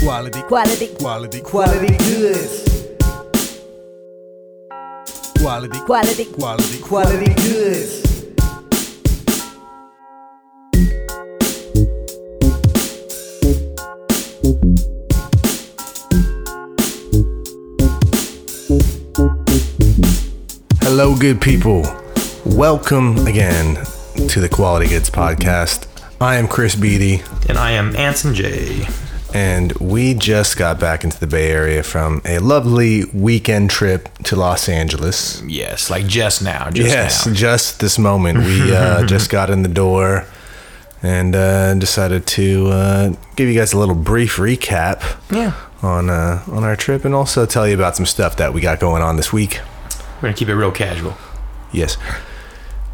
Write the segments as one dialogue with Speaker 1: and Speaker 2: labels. Speaker 1: Quality,
Speaker 2: Quality,
Speaker 1: quality, quality goods. Quality,
Speaker 2: quality,
Speaker 1: quality, quality goods. Hello, good people. Welcome again to the Quality Goods Podcast. I am Chris Beatty.
Speaker 3: And I am Anson J.
Speaker 1: and we just got back into the Bay Area from a lovely weekend trip to Los Angeles.
Speaker 3: Yes, like just now. Just
Speaker 1: yes,
Speaker 3: now.
Speaker 1: just this moment, we uh, just got in the door and uh, decided to uh, give you guys a little brief recap
Speaker 3: Yeah.
Speaker 1: on uh, on our trip, and also tell you about some stuff that we got going on this week.
Speaker 3: We're going to keep it real casual.
Speaker 1: Yes.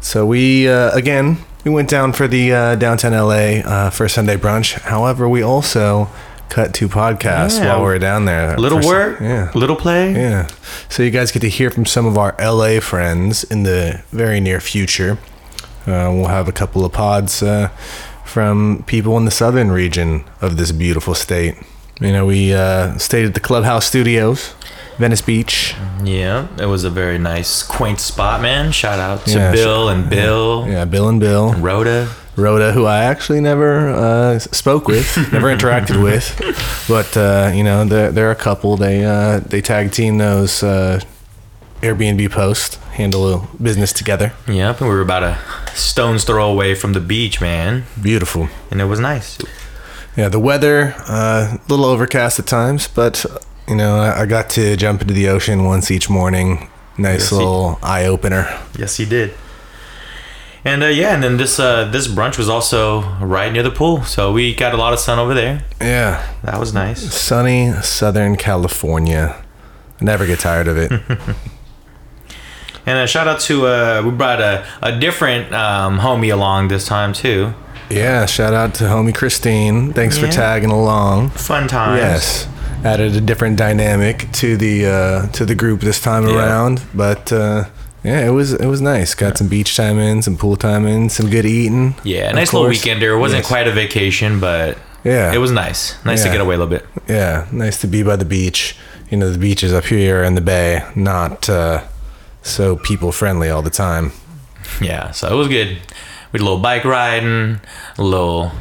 Speaker 1: So we uh, again we went down for the uh, downtown LA uh, first Sunday brunch. However, we also cut two podcasts
Speaker 3: Yeah.
Speaker 1: while we were down there.
Speaker 3: Little
Speaker 1: First-
Speaker 3: work,
Speaker 1: yeah,
Speaker 3: little play.
Speaker 1: yeah. So you guys get to hear from some of our LA friends in the very near future. Uh, we'll have a couple of pods uh, from people in the southern region of this beautiful state. You know, we uh, stayed at the Clubhouse Studios, Venice Beach.
Speaker 3: Mm-hmm. Yeah, it was a very nice, quaint spot, man. Shout out to
Speaker 1: Yeah,
Speaker 3: Bill and Bill,
Speaker 1: Yeah, Bill and Bill.
Speaker 3: Rhoda.
Speaker 1: Rhoda, who I actually never uh, spoke with, never interacted with, but uh, you know they're, they're a couple. They uh, they tag team those uh, Airbnb posts, handle a business together.
Speaker 3: Yep, and we were about a stone's throw away from the beach, man.
Speaker 1: Beautiful.
Speaker 3: And it was nice.
Speaker 1: Yeah, the weather uh, a little overcast at times, but you know I, I got to jump into the ocean once each morning. Nice
Speaker 3: Yes, you-
Speaker 1: little eye opener.
Speaker 3: Yes, he did. And uh, yeah, and then this uh, this brunch was also right near the pool, so we got a lot of sun over there.
Speaker 1: Yeah,
Speaker 3: That was nice.
Speaker 1: sunny Southern California. I never get tired of it.
Speaker 3: And a shout out to uh, we brought a, a different um, homie along this time too.
Speaker 1: Yeah, shout out to homie Christine. Thanks for
Speaker 3: Yeah.
Speaker 1: tagging along.
Speaker 3: Fun times.
Speaker 1: Yes, added a different dynamic to the uh, to the group this time
Speaker 3: Yeah.
Speaker 1: around. But uh, yeah, it was it was nice. Got some beach time in, some pool time in, some good eating.
Speaker 3: Yeah,
Speaker 1: of
Speaker 3: nice little
Speaker 1: course.
Speaker 3: weekender. It wasn't
Speaker 1: Yes.
Speaker 3: quite a vacation, but
Speaker 1: Yeah,
Speaker 3: it was nice. Nice
Speaker 1: Yeah.
Speaker 3: to get away a little bit.
Speaker 1: Yeah, nice to be by the beach. You know, the beaches up here in the bay not uh, so people friendly all the time.
Speaker 3: Yeah, so it was good. We did a little bike riding, a little,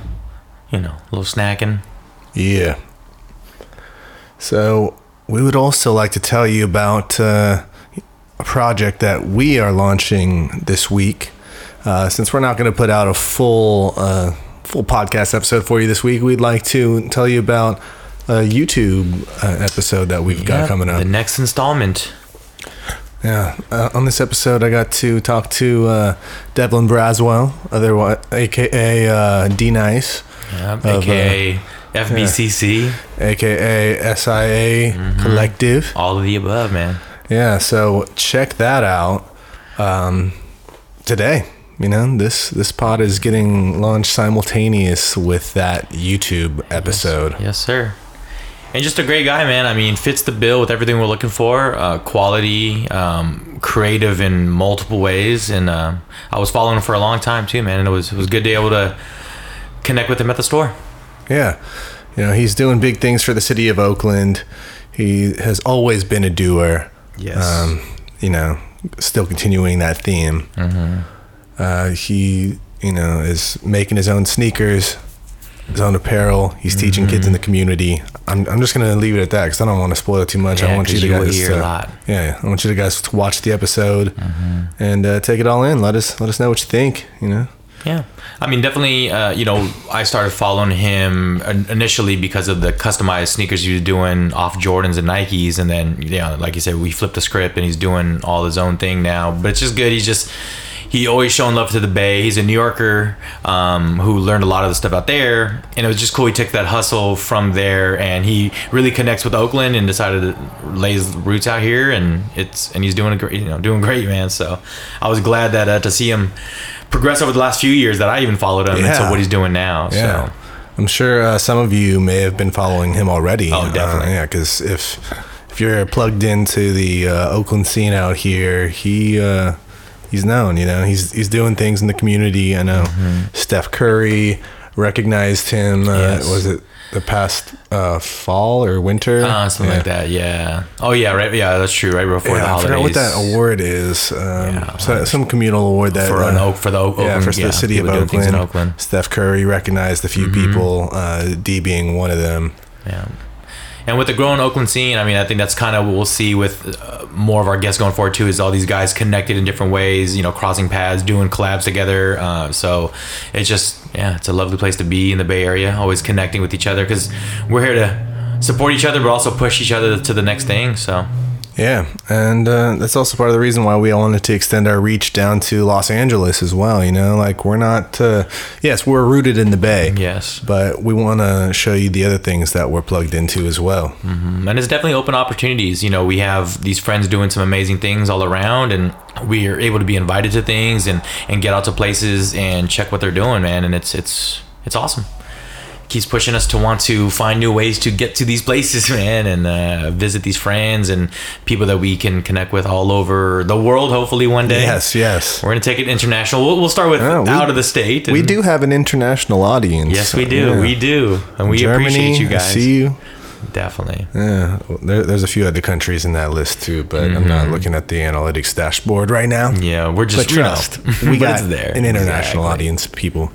Speaker 3: you know, a little snacking.
Speaker 1: Yeah. So we would also like to tell you about uh, a project that we are launching this week. Uh, since we're not going to put out a full uh, full podcast episode for you this week, we'd like to tell you about a YouTube uh, episode that we've got
Speaker 3: Yeah,
Speaker 1: coming up.
Speaker 3: The next installment.
Speaker 1: Yeah, uh, on this episode, I got to talk to uh, Devlin Braswell, otherwise aka uh, D Nice,
Speaker 3: Yeah,
Speaker 1: uh,
Speaker 3: aka FBCC.
Speaker 1: aka SIA Collective.
Speaker 3: All of the above, man.
Speaker 1: Yeah, so check that out um, today. You know, this this pod is getting launched simultaneous with that YouTube episode.
Speaker 3: Yes, sir. And just a great guy, man. I mean, fits the bill with everything we're looking for. Uh, quality, um, creative in multiple ways, and uh, I was following him for a long time too, man. And it was it was good to be able to connect with him at the store.
Speaker 1: Yeah. You know, he's doing big things for the city of Oakland. He has always been a doer. Um,
Speaker 3: Yes.
Speaker 1: you know, still continuing that theme.
Speaker 3: Mm-hmm.
Speaker 1: Uh, he, you know, is making his own sneakers, his own apparel. He's teaching kids
Speaker 3: Mm-hmm.
Speaker 1: in the community. I'm, I'm just gonna leave it at that because I don't want to spoil it too much. I
Speaker 3: Yeah,
Speaker 1: want you
Speaker 3: 'cause
Speaker 1: to
Speaker 3: you will
Speaker 1: guys
Speaker 3: hear
Speaker 1: to,
Speaker 3: a lot. Mm-hmm.
Speaker 1: yeah, I want you to guys to watch the episode and uh, take it all in. Let us let us know what you think. You know,
Speaker 3: Yeah, I mean, definitely. Uh, you know, I started following him in- initially because of the customized sneakers he was doing off Jordans and Nikes, and then yeah, like you said, we flipped the script, and he's doing all his own thing now. But it's just good. He's just he always showing love to the Bay. He's a New Yorker um, who learned a lot of the stuff out there, and it was just cool. He took that hustle from there, and he really connects with Oakland, and decided to lay his roots out here, and it's and he's doing a great, you know, doing great, man. So I was glad that uh, to see him progress over the last few years that I even followed him
Speaker 1: Yeah.
Speaker 3: until what he's doing now.
Speaker 1: yeah.
Speaker 3: So
Speaker 1: I'm sure uh, some of you may have been following him already.
Speaker 3: Oh, definitely.
Speaker 1: Uh, yeah, because if if you're plugged into the uh, Oakland scene out here, he uh, he's known. You know, he's he's doing things in the community. I know Steph Curry, recognized him. Uh,
Speaker 3: Mm-hmm. Yes.
Speaker 1: Was it the past uh, fall or winter?
Speaker 3: Uh, something like that. Yeah. Oh yeah. Right. Yeah, that's true. Right before the
Speaker 1: Yeah, I
Speaker 3: holidays.
Speaker 1: forgot what that award is. Um,
Speaker 3: Yeah,
Speaker 1: so- some communal award that
Speaker 3: for an
Speaker 1: uh,
Speaker 3: Oak for the Oak,
Speaker 1: yeah,
Speaker 3: Oakland,
Speaker 1: for the city of
Speaker 3: people doing
Speaker 1: Oakland.
Speaker 3: things in Oakland. Mm-hmm.
Speaker 1: Steph Curry recognized a few people, uh, D being one of them.
Speaker 3: Yeah. And with the growing Oakland scene, I mean, I think that's kind of what we'll see with uh, more of our guests going forward too. Is all these guys connected in different ways, you know, crossing paths, doing collabs together. Uh, so it's just, yeah, it's a lovely place to be in the Bay Area. Always connecting with each other because we're here to support each other, but also push each other to the next thing. So
Speaker 1: Yeah, and uh, that's also part of the reason why we wanted to extend our reach down to Los Angeles as well. You know, like we're not, uh, yes, we're rooted in the Bay,
Speaker 3: yes,
Speaker 1: but we want to show you the other things that we're plugged into as well.
Speaker 3: and it's definitely open opportunities. You know, we have these friends doing some amazing things all around, and we are able to be invited to things and and get out to places and check what they're doing, man. And it's it's it's awesome. Keeps pushing us to want to find new ways to get to these places, man, and uh, visit these friends and people that we can connect with all over the world. Hopefully, one day.
Speaker 1: Yes, yes.
Speaker 3: We're gonna take it international. We'll, we'll start with
Speaker 1: Yeah, we-
Speaker 3: out of the state.
Speaker 1: We
Speaker 3: and-
Speaker 1: do have an international audience.
Speaker 3: Yes, we do.
Speaker 1: Yeah.
Speaker 3: We do, and we
Speaker 1: Germany,
Speaker 3: appreciate you
Speaker 1: I
Speaker 3: guys.
Speaker 1: see you.
Speaker 3: Definitely.
Speaker 1: Yeah, there, there's a few other countries in that list too, but I'm
Speaker 3: Mm-hmm.
Speaker 1: not looking at the analytics dashboard right now.
Speaker 3: Yeah, we're just
Speaker 1: But trust, we got an international audience, people.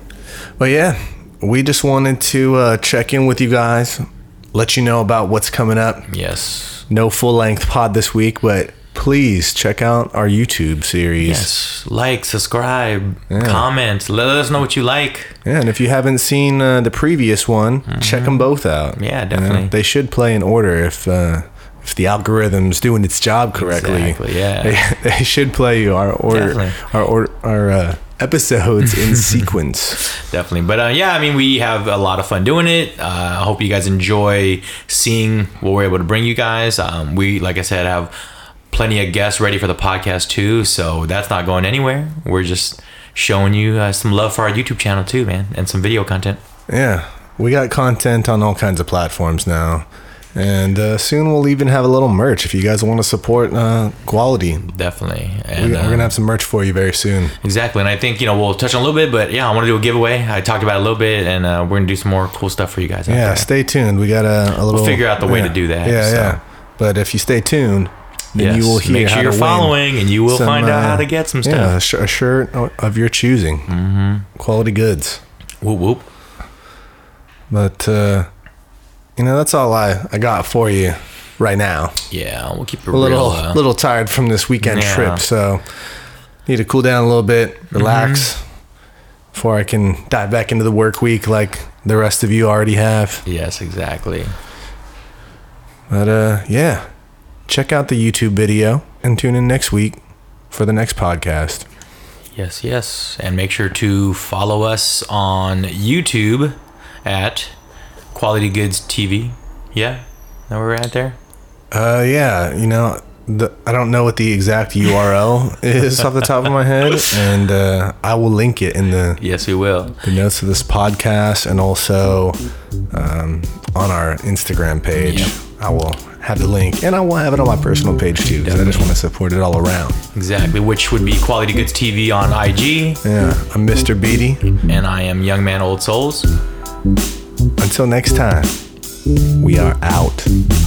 Speaker 1: But yeah, we just wanted to uh, check in with you guys, let you know about what's coming up.
Speaker 3: Yes.
Speaker 1: No full length pod this week, but please check out our YouTube series.
Speaker 3: Yes. Like, subscribe, comment. Let us know what you like.
Speaker 1: Yeah, and if you haven't seen uh, the previous one, check 'em check them both out.
Speaker 3: Mm-hmm. Yeah,
Speaker 1: You know,
Speaker 3: definitely.
Speaker 1: they should play in order if uh, if the algorithm's doing its job correctly.
Speaker 3: Exactly, yeah.
Speaker 1: they, they should play you our order,
Speaker 3: Definitely.
Speaker 1: our order, our uh, episodes in sequence.
Speaker 3: Definitely. But uh, yeah, I mean, we have a lot of fun doing it. Uh, I hope you guys enjoy seeing what we're able to bring you guys. Um, we, like I said, have plenty of guests ready for the podcast too. So that's not going anywhere. We're just showing you uh, some love for our YouTube channel too, man, and some video content.
Speaker 1: Yeah, we got content on all kinds of platforms now. And uh, soon we'll even have a little merch if you guys want to support uh, quality.
Speaker 3: Definitely.
Speaker 1: We,
Speaker 3: And,
Speaker 1: we're
Speaker 3: um,
Speaker 1: gonna have some merch for you very soon.
Speaker 3: Exactly, and I think you know we'll touch on a little bit, but yeah, I want to do a giveaway. I talked about it a little bit, and uh, we're gonna do some more cool stuff for you guys. out
Speaker 1: Yeah,
Speaker 3: there.
Speaker 1: stay tuned. We got a, a little.
Speaker 3: figure out the way
Speaker 1: yeah.
Speaker 3: to do that,
Speaker 1: Yeah,
Speaker 3: so.
Speaker 1: yeah. But if you stay tuned, then you will hear
Speaker 3: Make sure
Speaker 1: how
Speaker 3: you're
Speaker 1: to win
Speaker 3: following, and you will
Speaker 1: some,
Speaker 3: find out
Speaker 1: uh,
Speaker 3: how to get some
Speaker 1: Yeah, a,
Speaker 3: stuff.
Speaker 1: sh- a shirt o- of your choosing, mm-hmm. quality goods.
Speaker 3: Whoop whoop.
Speaker 1: But uh, you know, that's all I, I got for you right now.
Speaker 3: Yeah, we'll keep it
Speaker 1: A little
Speaker 3: real. uh,
Speaker 1: little tired from this weekend
Speaker 3: yeah.
Speaker 1: trip, so need to cool down a little bit, relax,
Speaker 3: Mm-hmm.
Speaker 1: before I can dive back into the work week like the rest of you already have.
Speaker 3: Yes, exactly.
Speaker 1: But uh, yeah, check out the YouTube video and tune in next week for the next podcast.
Speaker 3: Yes, yes, and make sure to follow us on YouTube at Quality Goods TV. Yeah, that where we're at there.
Speaker 1: Uh, yeah, you know, the, I don't know what the exact URL is off the top of my head, and uh, I will link it in the,
Speaker 3: Yes, we will.
Speaker 1: the notes of this podcast and also um, on our Instagram page.
Speaker 3: Yep.
Speaker 1: I will have the link, and I will have it on my personal page too, because I just want to support it all around.
Speaker 3: Exactly, which would be Quality Goods TV on IG,
Speaker 1: Yeah, I'm Mr. Beatty.
Speaker 3: and I am Young Man Old Souls.
Speaker 1: Until next time, we are out.